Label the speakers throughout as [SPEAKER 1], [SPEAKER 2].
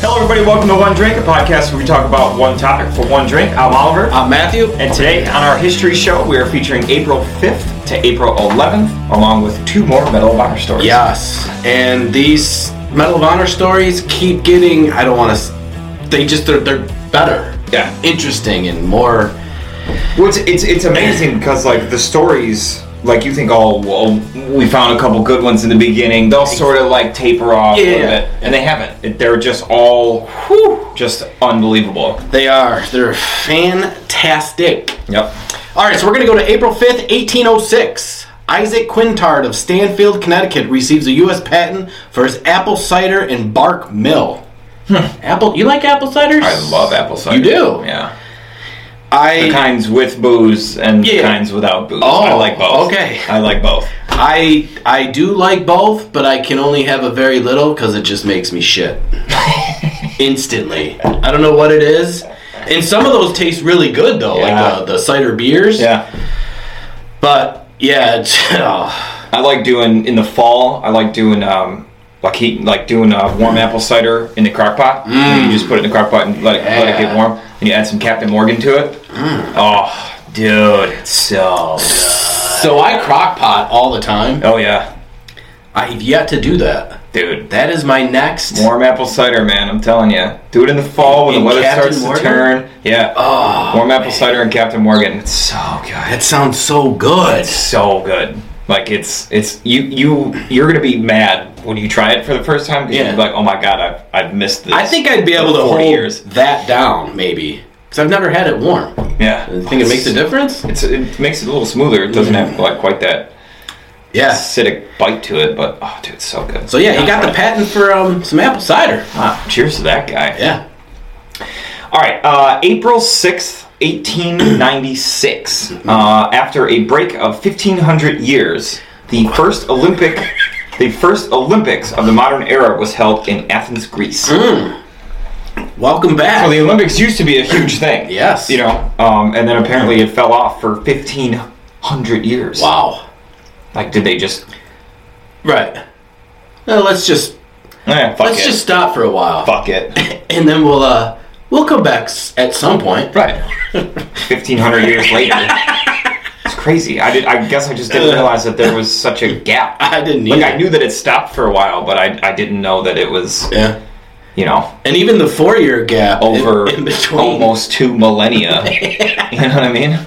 [SPEAKER 1] Hello, everybody. Welcome to One Drink, a podcast where we talk about one topic for one drink. I'm Oliver.
[SPEAKER 2] I'm Uh, Matthew.
[SPEAKER 1] And today on our history show, we are featuring April 5th to April 11th, along with two more Medal of Honor stories.
[SPEAKER 2] Yes. And these Medal of Honor stories keep getting, I don't want to, they just, they're, they're better.
[SPEAKER 1] Yeah.
[SPEAKER 2] Interesting and more.
[SPEAKER 1] Well, it's, it's, it's amazing because, like, the stories, like, you think, oh, well, we found a couple good ones in the beginning. They'll sort of, like, taper off a little
[SPEAKER 2] Yeah.
[SPEAKER 1] bit. And they haven't. It- They're just all, whew, just unbelievable.
[SPEAKER 2] They are. They're fantastic.
[SPEAKER 1] Yep.
[SPEAKER 2] All right, so we're going to go to April 5th, 1806. Isaac Quintard of Stanfield, Connecticut receives a U.S. patent for his apple cider and bark mill. Apple, you like apple ciders?
[SPEAKER 1] Hmm. I love apple cider.
[SPEAKER 2] You do?
[SPEAKER 1] Yeah.
[SPEAKER 2] I
[SPEAKER 1] The kinds with booze and the
[SPEAKER 2] Yeah.
[SPEAKER 1] kinds without booze.
[SPEAKER 2] Oh,
[SPEAKER 1] I like both.
[SPEAKER 2] okay.
[SPEAKER 1] I like both.
[SPEAKER 2] I I do like both, but I can only have a very little because it just makes me shit instantly. I don't know what it is, and some of those taste really good though,
[SPEAKER 1] Yeah.
[SPEAKER 2] like the, the cider beers.
[SPEAKER 1] Yeah.
[SPEAKER 2] But yeah, it's, oh,
[SPEAKER 1] I like doing in the fall. I like doing um, like heat, like doing uh, warm
[SPEAKER 2] Mm.
[SPEAKER 1] apple cider in the crock pot. And You just put it in the crock pot and let it let it
[SPEAKER 2] Yeah. Mm.
[SPEAKER 1] get warm, and you add some Captain Morgan to it. Oh, dude, it's so.
[SPEAKER 2] so I crock pot all the time.
[SPEAKER 1] Oh yeah,
[SPEAKER 2] I've yet to do that.
[SPEAKER 1] dude.
[SPEAKER 2] That is my next.
[SPEAKER 1] Warm apple cider, man. I'm telling you, do it in the fall when
[SPEAKER 2] In
[SPEAKER 1] the weather
[SPEAKER 2] Captain
[SPEAKER 1] starts
[SPEAKER 2] Morgan?
[SPEAKER 1] to turn. Yeah,
[SPEAKER 2] Oh,
[SPEAKER 1] warm apple cider and Captain Morgan. It's so good.
[SPEAKER 2] that sounds so good.
[SPEAKER 1] so good. Like it's it's you you you're gonna be mad when you try it for the first time because
[SPEAKER 2] Yeah.
[SPEAKER 1] you'll be like, oh my god, I've I've missed this.
[SPEAKER 2] I think I'd be able to
[SPEAKER 1] Forty
[SPEAKER 2] hold
[SPEAKER 1] years.
[SPEAKER 2] that down maybe because I've never had it warm.
[SPEAKER 1] Yeah,
[SPEAKER 2] You think it makes a difference? Mm-hmm.
[SPEAKER 1] It's, it makes it a little smoother. It doesn't have like quite that
[SPEAKER 2] Yeah.
[SPEAKER 1] acidic bite to it, but oh, dude, it's so good.
[SPEAKER 2] So yeah, he got the patent for um, some apple cider.
[SPEAKER 1] Ah, cheers to that guy.
[SPEAKER 2] Yeah.
[SPEAKER 1] All right, uh, April sixth. 1896.
[SPEAKER 2] Mm-hmm.
[SPEAKER 1] Uh, after a break of 1,500 years, the first Olympic, the first Olympics of the modern era was held in Athens, Greece.
[SPEAKER 2] Hmm. Welcome back.
[SPEAKER 1] Well, the Olympics used to be a huge thing.
[SPEAKER 2] Yes.
[SPEAKER 1] you know, um, and then apparently it fell off for 1,500 years.
[SPEAKER 2] wow.
[SPEAKER 1] Like, did they just?
[SPEAKER 2] Right. No, let's just
[SPEAKER 1] Eh, fuck
[SPEAKER 2] let's
[SPEAKER 1] it.
[SPEAKER 2] just stop for a while,
[SPEAKER 1] fuck it.
[SPEAKER 2] and then we'll uh we'll come back s- at some point.
[SPEAKER 1] Right. Fifteen hundred years later. It's crazy. I did. I guess I just didn't realize that there was such a gap.
[SPEAKER 2] I didn't
[SPEAKER 1] Like
[SPEAKER 2] either.
[SPEAKER 1] I knew that it stopped for a while, but I, I didn't know that it was
[SPEAKER 2] Yeah.
[SPEAKER 1] you know
[SPEAKER 2] And even the four year gap in-
[SPEAKER 1] over
[SPEAKER 2] in, between.
[SPEAKER 1] almost two millennia. you know what I mean?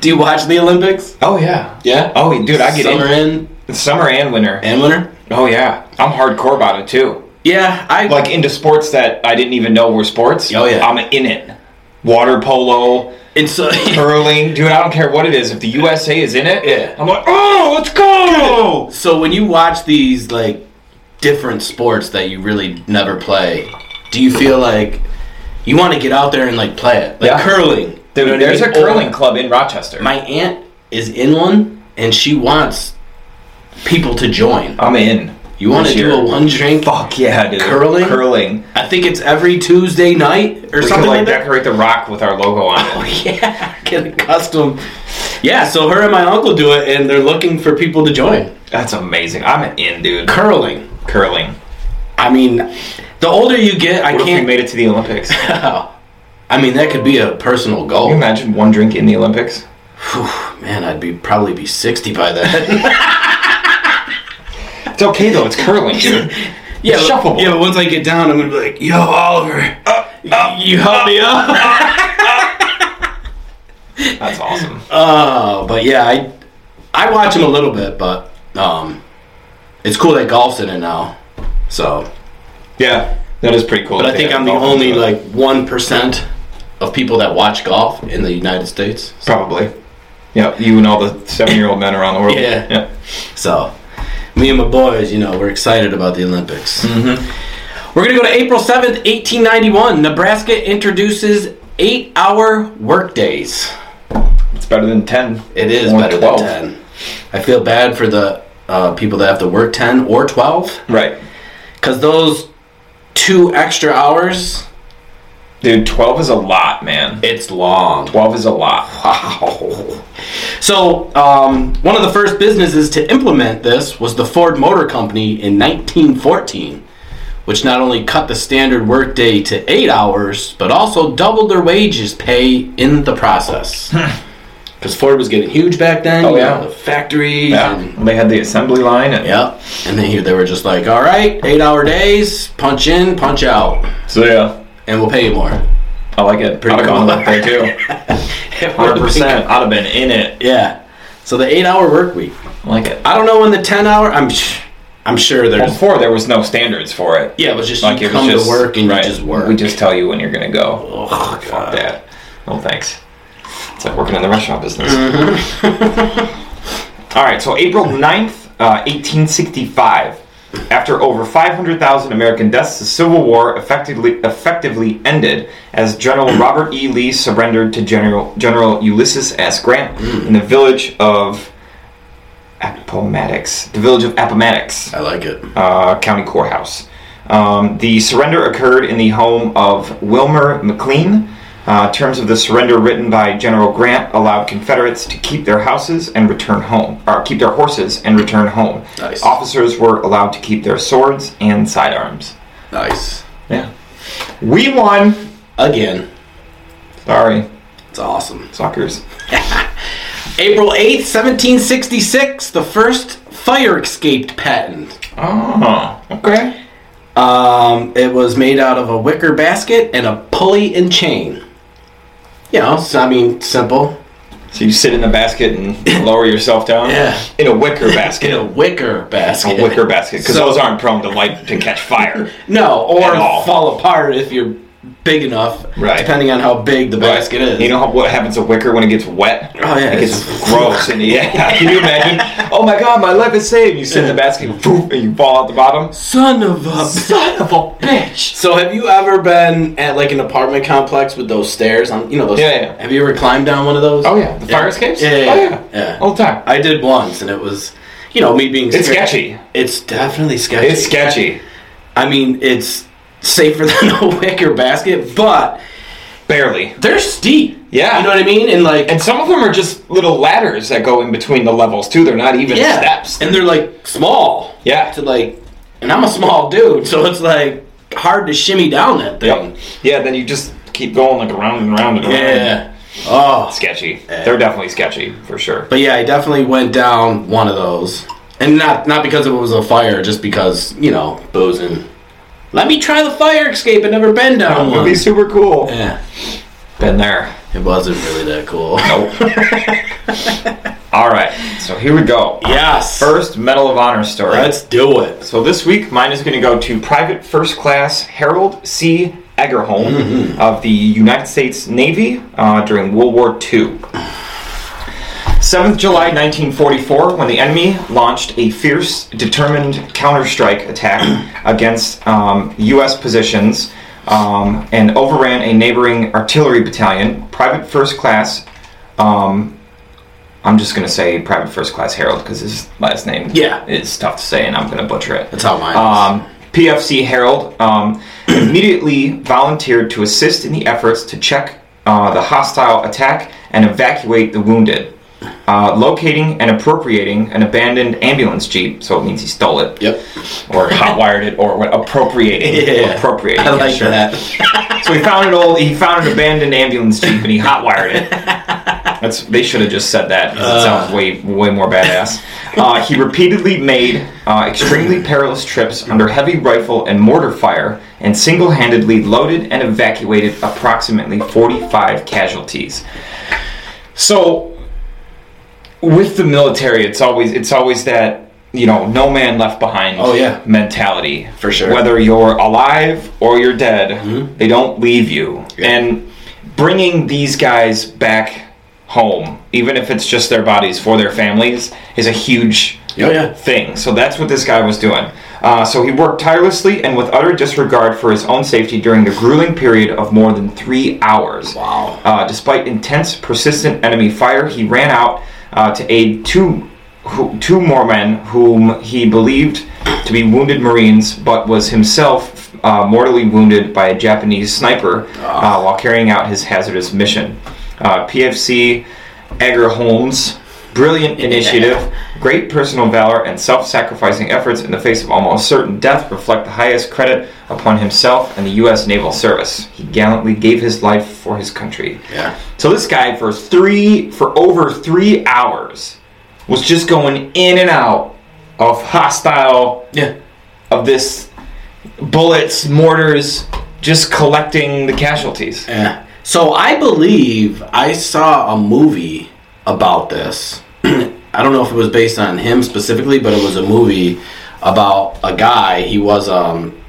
[SPEAKER 2] Do you watch the Olympics?
[SPEAKER 1] Oh yeah.
[SPEAKER 2] Yeah.
[SPEAKER 1] Oh, dude, I get
[SPEAKER 2] Summer
[SPEAKER 1] in
[SPEAKER 2] in
[SPEAKER 1] summer and winter.
[SPEAKER 2] and winter.
[SPEAKER 1] Oh yeah, I'm hardcore about it too.
[SPEAKER 2] Yeah, I
[SPEAKER 1] Like into sports that I didn't even know were sports.
[SPEAKER 2] Oh, yeah.
[SPEAKER 1] I'm in it. Water polo,
[SPEAKER 2] and so
[SPEAKER 1] uh, curling, dude. I don't care what it is. If the USA is in it,
[SPEAKER 2] Yeah.
[SPEAKER 1] I'm like, oh, let's go.
[SPEAKER 2] so when you watch these like different sports that you really never play, do you feel like you want to get out there and like play it? Like
[SPEAKER 1] Yeah.
[SPEAKER 2] curling.
[SPEAKER 1] Dude,
[SPEAKER 2] You know what I
[SPEAKER 1] there's a
[SPEAKER 2] mean?
[SPEAKER 1] curling
[SPEAKER 2] Or-
[SPEAKER 1] club in Rochester.
[SPEAKER 2] my aunt is in one and she wants people to join.
[SPEAKER 1] I'm in.
[SPEAKER 2] You want to
[SPEAKER 1] This
[SPEAKER 2] do
[SPEAKER 1] year.
[SPEAKER 2] a one drink?
[SPEAKER 1] Fuck yeah, dude.
[SPEAKER 2] Curling?
[SPEAKER 1] Curling.
[SPEAKER 2] I think it's every Tuesday night or
[SPEAKER 1] We could
[SPEAKER 2] something
[SPEAKER 1] like
[SPEAKER 2] like that. Oh,
[SPEAKER 1] decorate the rock with our logo on it.
[SPEAKER 2] Yeah, get a custom. Yeah, so her and my uncle do it and they're looking for people to join.
[SPEAKER 1] That's amazing. I'm in, dude.
[SPEAKER 2] Curling.
[SPEAKER 1] curling.
[SPEAKER 2] I mean, the older you get, I
[SPEAKER 1] What if we
[SPEAKER 2] can't
[SPEAKER 1] made it to the Olympics? Can
[SPEAKER 2] I mean, that could be a personal
[SPEAKER 1] you
[SPEAKER 2] goal.
[SPEAKER 1] imagine one drink in the Olympics?
[SPEAKER 2] Man, I'd be probably be 60 by then.
[SPEAKER 1] It's okay though. It's curling, dude.
[SPEAKER 2] yeah,
[SPEAKER 1] It's
[SPEAKER 2] but,
[SPEAKER 1] shuffleable.
[SPEAKER 2] yeah, but once I get down, I'm gonna be like, "Yo, Oliver, you help me up."
[SPEAKER 1] That's awesome.
[SPEAKER 2] Uh, but yeah, I I watch him a little bit, but um, it's cool that golf's in it now. So,
[SPEAKER 1] Yeah, that is pretty cool.
[SPEAKER 2] but
[SPEAKER 1] that
[SPEAKER 2] I
[SPEAKER 1] they
[SPEAKER 2] think
[SPEAKER 1] have
[SPEAKER 2] I'm the
[SPEAKER 1] golf
[SPEAKER 2] only
[SPEAKER 1] into it.
[SPEAKER 2] like one percent of people that watch golf in the United States.
[SPEAKER 1] probably. Yeah, you and all the seven-year-old men around the world.
[SPEAKER 2] Yeah.
[SPEAKER 1] yeah.
[SPEAKER 2] So, me and my boys, you know, we're excited about the Olympics. We're going to go to April 7th, 1891. Nebraska introduces eight hour workdays.
[SPEAKER 1] It's better than ten.
[SPEAKER 2] It is
[SPEAKER 1] Or
[SPEAKER 2] better than 10. I feel bad for the uh, people that have to work 10 or 12
[SPEAKER 1] Right,
[SPEAKER 2] because those two extra hours,
[SPEAKER 1] dude. Twelve is a lot, man.
[SPEAKER 2] it's long.
[SPEAKER 1] Twelve is a lot.
[SPEAKER 2] Wow. So, um, one of the first businesses to implement this was the Ford Motor Company in 1914, which not only cut the standard workday to eight hours, but also doubled their wages pay in the process. Because Ford was getting huge back then.
[SPEAKER 1] Oh,
[SPEAKER 2] you
[SPEAKER 1] yeah.
[SPEAKER 2] know, the factories.
[SPEAKER 1] Yeah,
[SPEAKER 2] And,
[SPEAKER 1] they had the assembly line, and
[SPEAKER 2] yep. And then here they were just like, all right, eight hour days, punch in, punch out,
[SPEAKER 1] so yeah,
[SPEAKER 2] and we'll pay you more.
[SPEAKER 1] I like it.
[SPEAKER 2] Pretty
[SPEAKER 1] I'd have
[SPEAKER 2] cool.
[SPEAKER 1] gone with that too. Hundred percent, I'd have been in it.
[SPEAKER 2] Yeah. So the eight hour work week.
[SPEAKER 1] I like it.
[SPEAKER 2] I don't know when the ten hour. I'm sh- I'm sure there's.
[SPEAKER 1] Before there was no standards for it.
[SPEAKER 2] Yeah, it was just
[SPEAKER 1] Like
[SPEAKER 2] you
[SPEAKER 1] it was
[SPEAKER 2] come
[SPEAKER 1] just
[SPEAKER 2] to work and
[SPEAKER 1] right,
[SPEAKER 2] you just work.
[SPEAKER 1] We just tell you when you're gonna go.
[SPEAKER 2] oh
[SPEAKER 1] Fuck
[SPEAKER 2] god.
[SPEAKER 1] that. No thanks. It's like working in the restaurant business. Mm-hmm. All right, so April 9th, uh, 1865. After over 500,000 American deaths, the Civil War effectively, effectively ended as General Robert E. Lee surrendered to General, General Ulysses S. Grant in the village of Appomattox. The village of Appomattox
[SPEAKER 2] I like it.
[SPEAKER 1] uh, county courthouse. Um, the surrender occurred in the home of Wilmer McLean. Uh, terms of the surrender written by General Grant allowed Confederates to keep their houses and return home, or keep their horses and return home.
[SPEAKER 2] Nice.
[SPEAKER 1] Officers were allowed to keep their swords and sidearms.
[SPEAKER 2] Nice.
[SPEAKER 1] Yeah. We won!
[SPEAKER 2] Again,
[SPEAKER 1] Sorry,
[SPEAKER 2] it's awesome.
[SPEAKER 1] suckers.
[SPEAKER 2] April 8th, 1766, the first fire escaped patent.
[SPEAKER 1] Oh, okay.
[SPEAKER 2] Um, it was made out of a wicker basket and a pulley and chain. You know, so, I mean, simple.
[SPEAKER 1] So you sit in the basket and lower yourself down?
[SPEAKER 2] Yeah.
[SPEAKER 1] In a wicker basket.
[SPEAKER 2] In a wicker basket.
[SPEAKER 1] a wicker basket, because
[SPEAKER 2] So-
[SPEAKER 1] those aren't prone to light to catch fire.
[SPEAKER 2] No, or
[SPEAKER 1] At all.
[SPEAKER 2] fall apart if you're big enough.
[SPEAKER 1] Right.
[SPEAKER 2] Depending on how big the basket is.
[SPEAKER 1] You know how, what happens to wicker when it gets wet?
[SPEAKER 2] Oh, yeah,
[SPEAKER 1] it gets
[SPEAKER 2] it's-
[SPEAKER 1] gross. And yeah, can you imagine? Oh my god, my life is saved. You sit in the basket, poof, and you fall out the bottom.
[SPEAKER 2] Son of a
[SPEAKER 1] Son of a bitch.
[SPEAKER 2] So have you ever been at like an apartment complex with those stairs on you know those
[SPEAKER 1] Yeah, yeah.
[SPEAKER 2] Have you ever climbed down one of those?
[SPEAKER 1] Oh yeah, the fire escapes.
[SPEAKER 2] Yeah, yeah,
[SPEAKER 1] oh
[SPEAKER 2] yeah.
[SPEAKER 1] yeah,
[SPEAKER 2] yeah.
[SPEAKER 1] all the time.
[SPEAKER 2] I did once and it was you know, me being
[SPEAKER 1] It's
[SPEAKER 2] scared-
[SPEAKER 1] sketchy.
[SPEAKER 2] It's definitely sketchy.
[SPEAKER 1] It's sketchy.
[SPEAKER 2] I mean, it's safer than a wicker basket, but
[SPEAKER 1] Barely.
[SPEAKER 2] they're steep.
[SPEAKER 1] Yeah.
[SPEAKER 2] You know what I mean? And like
[SPEAKER 1] And some of them are just little ladders that go in between the levels too. They're not even
[SPEAKER 2] yeah.
[SPEAKER 1] steps.
[SPEAKER 2] And they're like small.
[SPEAKER 1] Yeah.
[SPEAKER 2] To like and I'm a small dude, so it's like hard to shimmy down that thing.
[SPEAKER 1] Yep. Yeah. Then you just keep going like around and around and around.
[SPEAKER 2] Yeah. Oh,
[SPEAKER 1] Sketchy. They're definitely sketchy for sure.
[SPEAKER 2] But yeah, I definitely went down one of those, and not not because it was a fire, just because you know boozing. Let me try the fire escape. I've never been down
[SPEAKER 1] It would
[SPEAKER 2] one.
[SPEAKER 1] be super cool.
[SPEAKER 2] Yeah,
[SPEAKER 1] Been there.
[SPEAKER 2] it wasn't really that cool.
[SPEAKER 1] All right, so here we go.
[SPEAKER 2] Yes,
[SPEAKER 1] First Medal of Honor story.
[SPEAKER 2] let's do it.
[SPEAKER 1] so this week, mine is going to go to Private First Class Harold C. Eggerholm of the United States Navy uh, during World War II. 7th July 1944, when the enemy launched a fierce, determined counterstrike attack against um, U.S. positions um, and overran a neighboring artillery battalion, Private First Class. Um, I'm just going to say Private First Class Harold because his last name
[SPEAKER 2] Yeah.
[SPEAKER 1] is tough to say and I'm going to butcher it.
[SPEAKER 2] That's how mine. was.
[SPEAKER 1] Um, PFC Herald um, immediately volunteered to assist in the efforts to check uh, the hostile attack and evacuate the wounded, uh, locating and appropriating an abandoned ambulance jeep. So it means he stole it.
[SPEAKER 2] Yep.
[SPEAKER 1] Or hotwired it, or what? Appropriating. Appropriating.
[SPEAKER 2] I
[SPEAKER 1] yeah,
[SPEAKER 2] like
[SPEAKER 1] sure.
[SPEAKER 2] that.
[SPEAKER 1] So he found an old, he found an abandoned ambulance jeep and he hotwired it. That's they should have just said that. 'cause it
[SPEAKER 2] Uh.
[SPEAKER 1] sounds way way more badass. Uh, he repeatedly made uh, extremely perilous trips under heavy rifle and mortar fire, and single-handedly loaded and evacuated approximately 45 casualties. So, with the military, it's always it's always that you know no man left behind.
[SPEAKER 2] Oh, yeah.
[SPEAKER 1] mentality
[SPEAKER 2] For sure.
[SPEAKER 1] Whether you're alive or you're dead, they don't leave you.
[SPEAKER 2] Mm-hmm. Yeah.
[SPEAKER 1] And bringing these guys back home, even if it's just their bodies for their families, is a huge
[SPEAKER 2] Oh, yeah.
[SPEAKER 1] thing. So that's what this guy was doing. Uh, so he worked tirelessly and with utter disregard for his own safety during the grueling period of more than three hours.
[SPEAKER 2] Wow.
[SPEAKER 1] Uh, despite intense, persistent enemy fire, he ran out uh, to aid two who, two more men whom he believed to be wounded Marines, but was himself uh, mortally wounded by a Japanese sniper uh, while carrying out his hazardous mission. Uh, PFC Edgar Holmes Brilliant initiative, great personal valor, and self sacrificing efforts in the face of almost certain death reflect the highest credit upon himself and the U.S. Naval Service. He gallantly gave his life for his country.
[SPEAKER 2] Yeah.
[SPEAKER 1] So this guy for three for over three hours was just going in and out of hostile
[SPEAKER 2] Yeah.
[SPEAKER 1] of this bullets, mortars, just collecting the casualties.
[SPEAKER 2] Yeah. So I believe I saw a movie about this. I don't know if it was based on him specifically, but it was a movie about a guy. He was, um,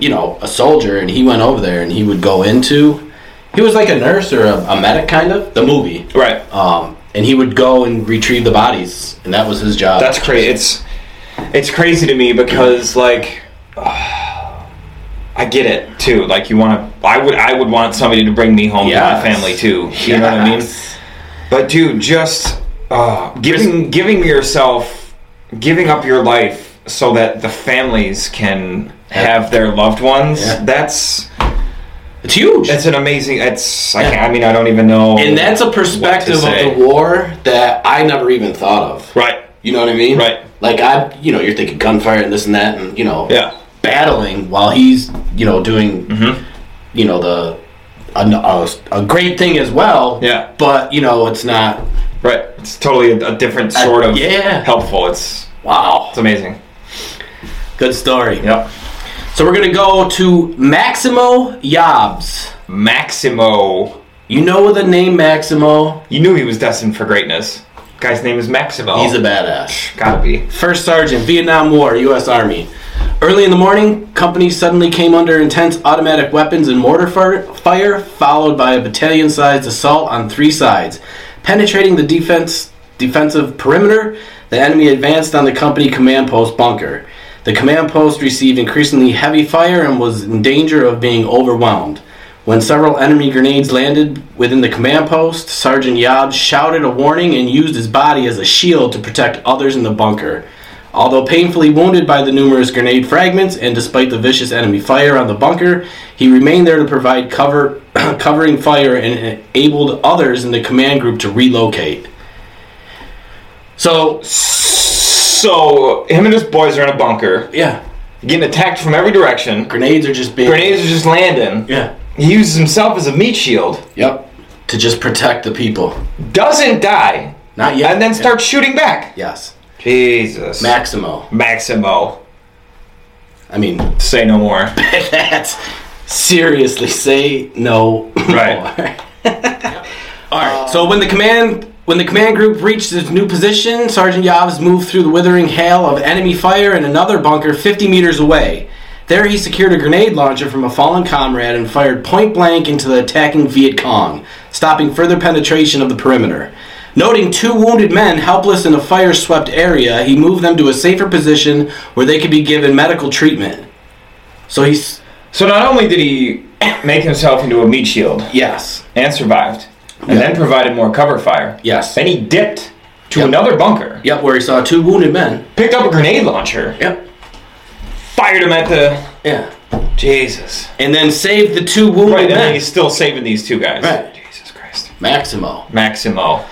[SPEAKER 2] you know, a soldier, and he went over there, and he would go into. He was like a nurse or a, a medic, kind of. The movie,
[SPEAKER 1] Right.
[SPEAKER 2] um, and he would go and retrieve the bodies, and that was his job.
[SPEAKER 1] That's crazy. It's it's crazy to me because like I get it too. Like you want to, I would I would want somebody to bring me home
[SPEAKER 2] Yes.
[SPEAKER 1] to my family too. You know what I mean?
[SPEAKER 2] Yes.
[SPEAKER 1] But dude, just uh, giving giving yourself, giving up your life so that the families can have their loved ones.
[SPEAKER 2] Yeah.
[SPEAKER 1] That's
[SPEAKER 2] It's huge.
[SPEAKER 1] that's an amazing. It's I, can't, I mean I don't even know.
[SPEAKER 2] and that's a perspective of
[SPEAKER 1] say.
[SPEAKER 2] the war that I never even thought of.
[SPEAKER 1] right.
[SPEAKER 2] You know what I mean?
[SPEAKER 1] Right.
[SPEAKER 2] Like I, you know, you're thinking gunfire and this and that, and you know,
[SPEAKER 1] Yeah. Mm-hmm.
[SPEAKER 2] battling while he's, you know, doing, you know, the a, a, a great thing as well.
[SPEAKER 1] Yeah.
[SPEAKER 2] But you know, it's not.
[SPEAKER 1] Right. It's totally a, a different sort of
[SPEAKER 2] Uh, yeah.
[SPEAKER 1] helpful. It's
[SPEAKER 2] Wow.
[SPEAKER 1] it's amazing.
[SPEAKER 2] Good story.
[SPEAKER 1] Yep.
[SPEAKER 2] So we're gonna go to Maximo Yobs.
[SPEAKER 1] Maximo.
[SPEAKER 2] You know the name Maximo.
[SPEAKER 1] You knew he was destined for greatness. Guy's name is Maximo.
[SPEAKER 2] He's a badass.
[SPEAKER 1] gotta be.
[SPEAKER 2] First Sergeant, Vietnam War, U.S. Army. Early in the morning, company suddenly came under intense automatic weapons and mortar fire, fire followed by a battalion sized assault on three sides. Penetrating the defense defensive perimeter, the enemy advanced on the company command post bunker. The command post received increasingly heavy fire and was in danger of being overwhelmed. When several enemy grenades landed within the command post, Sergeant Yob shouted a warning and used his body as a shield to protect others in the bunker. Although painfully wounded by the numerous grenade fragments and despite the vicious enemy fire on the bunker, he remained there to provide cover, covering fire and enabled others in the command group to relocate. So,
[SPEAKER 1] So him and his boys are in a bunker,
[SPEAKER 2] yeah,
[SPEAKER 1] getting attacked from every direction.
[SPEAKER 2] grenades are just being
[SPEAKER 1] Grenades are just landing.
[SPEAKER 2] Yeah.
[SPEAKER 1] He uses himself as a meat shield.
[SPEAKER 2] Yep. To just protect the people.
[SPEAKER 1] Doesn't die.
[SPEAKER 2] Not yet.
[SPEAKER 1] And then starts shooting back.
[SPEAKER 2] Yes.
[SPEAKER 1] Jesus.
[SPEAKER 2] Maximo.
[SPEAKER 1] Maximo.
[SPEAKER 2] I mean,
[SPEAKER 1] Say no more.
[SPEAKER 2] that's seriously say no
[SPEAKER 1] Right.
[SPEAKER 2] more. All right. so when the command when the command group reached its new position, Sergeant Yavs moved through the withering hail of enemy fire in another bunker 50 meters away. There he secured a grenade launcher from a fallen comrade and fired point blank into the attacking Viet Cong, stopping further penetration of the perimeter. Noting two wounded men helpless in a fire swept area, he moved them to a safer position where they could be given medical treatment. So he's
[SPEAKER 1] So not only did he make himself into a meat shield
[SPEAKER 2] yes.
[SPEAKER 1] and survived, and then provided more cover fire.
[SPEAKER 2] Yes.
[SPEAKER 1] Then he dipped to
[SPEAKER 2] Yep.
[SPEAKER 1] another bunker,
[SPEAKER 2] Yep, where he saw two wounded men.
[SPEAKER 1] picked up a grenade launcher,
[SPEAKER 2] Yep.
[SPEAKER 1] fired him at the
[SPEAKER 2] Yeah.
[SPEAKER 1] Jesus.
[SPEAKER 2] And then saved the two wounded
[SPEAKER 1] Right, and
[SPEAKER 2] men.
[SPEAKER 1] then he's still saving these two guys.
[SPEAKER 2] Right.
[SPEAKER 1] Jesus Christ.
[SPEAKER 2] Maximo.
[SPEAKER 1] Maximo.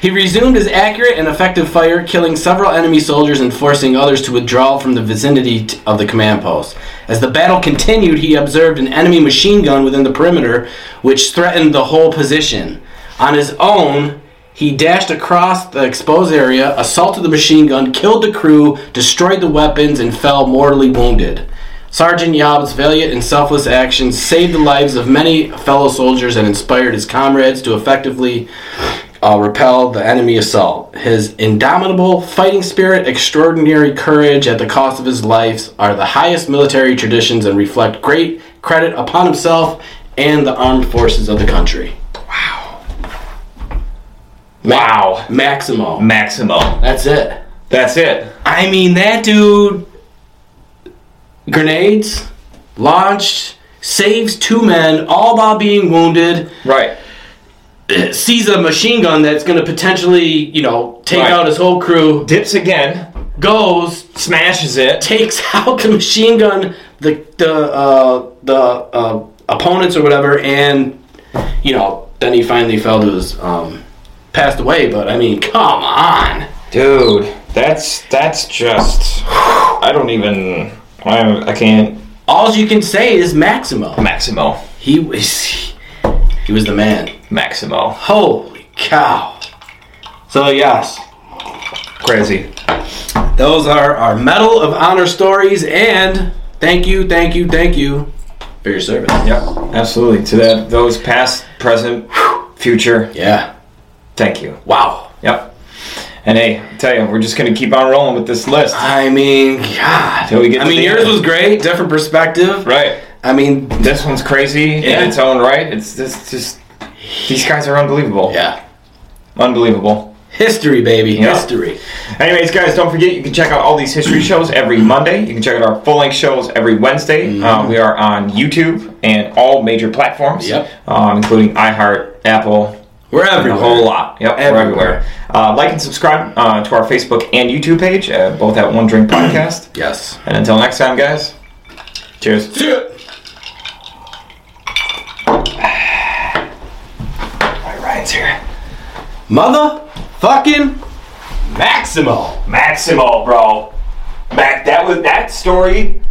[SPEAKER 2] He resumed his accurate and effective fire, killing several enemy soldiers and forcing others to withdraw from the vicinity t- of the command post. As the battle continued, he observed an enemy machine gun within the perimeter, which threatened the whole position. On his own, he dashed across the exposed area, assaulted the machine gun, killed the crew, destroyed the weapons, and fell mortally wounded. Sergeant Yob's valiant and selfless actions saved the lives of many fellow soldiers and inspired his comrades to effectively uh, repel the enemy assault. His indomitable fighting spirit, extraordinary courage at the cost of his life are the highest military traditions and reflect great credit upon himself and the armed forces of the country.
[SPEAKER 1] Wow.
[SPEAKER 2] Maximo.
[SPEAKER 1] Maximo.
[SPEAKER 2] That's it.
[SPEAKER 1] That's it.
[SPEAKER 2] I mean, that dude. Grenades, launched, saves two men, all while being wounded.
[SPEAKER 1] Right.
[SPEAKER 2] Sees a machine gun that's going to potentially, you know, take
[SPEAKER 1] Right.
[SPEAKER 2] out his whole crew.
[SPEAKER 1] Dips again,
[SPEAKER 2] Goes,
[SPEAKER 1] smashes it.
[SPEAKER 2] takes out the machine gun, the the uh, the uh, opponents or whatever, and you know Then he finally fell to his um, passed away. But I mean, come on.
[SPEAKER 1] Dude, that's that's just. I don't even. I, I can't.
[SPEAKER 2] All you can say is Maximo.
[SPEAKER 1] Maximo.
[SPEAKER 2] He was he was the man.
[SPEAKER 1] Maximo.
[SPEAKER 2] Holy cow! So yes,
[SPEAKER 1] Crazy.
[SPEAKER 2] those are our Medal of Honor stories, and thank you, thank you, thank you for your service.
[SPEAKER 1] Yep, absolutely. To that, those past, present, future.
[SPEAKER 2] Yeah.
[SPEAKER 1] Thank you.
[SPEAKER 2] Wow.
[SPEAKER 1] Yep. And hey, I tell you, we're just gonna keep on rolling with this list.
[SPEAKER 2] I mean, God.
[SPEAKER 1] Till we get
[SPEAKER 2] I
[SPEAKER 1] to
[SPEAKER 2] mean,
[SPEAKER 1] the
[SPEAKER 2] yours
[SPEAKER 1] end.
[SPEAKER 2] was great, different perspective.
[SPEAKER 1] Right.
[SPEAKER 2] I mean,
[SPEAKER 1] This one's crazy
[SPEAKER 2] Yeah.
[SPEAKER 1] in its own right. It's this just. These guys are unbelievable.
[SPEAKER 2] yeah.
[SPEAKER 1] Unbelievable.
[SPEAKER 2] History, baby.
[SPEAKER 1] Yeah.
[SPEAKER 2] History.
[SPEAKER 1] Anyways, guys, don't forget you can check out all these history shows every Monday. You can check out our full length shows every Wednesday.
[SPEAKER 2] Mm-hmm.
[SPEAKER 1] Uh, we are on YouTube and all major platforms,
[SPEAKER 2] Yep.
[SPEAKER 1] um, including iHeart, Apple,
[SPEAKER 2] We're
[SPEAKER 1] a
[SPEAKER 2] everywhere.
[SPEAKER 1] whole lot. Yep,
[SPEAKER 2] Everywhere.
[SPEAKER 1] we're everywhere. Uh, like and subscribe uh, to our Facebook and YouTube page, uh, both at One Drink Podcast.
[SPEAKER 2] Yes.
[SPEAKER 1] and until next time, guys, cheers. All right, Ryan's here.
[SPEAKER 2] Mother fucking Maximo.
[SPEAKER 1] Maximo, bro. Mac, that was that story